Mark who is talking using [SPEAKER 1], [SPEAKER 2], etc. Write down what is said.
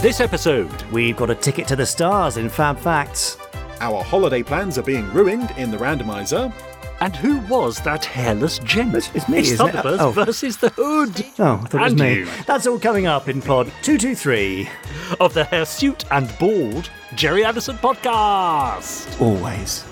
[SPEAKER 1] This episode,
[SPEAKER 2] We've got a ticket to the stars in Fab Facts.
[SPEAKER 3] Our holiday plans are being ruined in the randomizer.
[SPEAKER 1] and who was that hairless gent?
[SPEAKER 2] It's- it's me, isn't it?
[SPEAKER 1] Thunderbird
[SPEAKER 2] Oh.
[SPEAKER 1] versus the Hood
[SPEAKER 2] Oh, I thought it was
[SPEAKER 1] And
[SPEAKER 2] me.
[SPEAKER 1] you.
[SPEAKER 2] That's all coming up in Pod 223.
[SPEAKER 1] of the Hirsute and Bald Jerry Anderson podcast.
[SPEAKER 2] Always.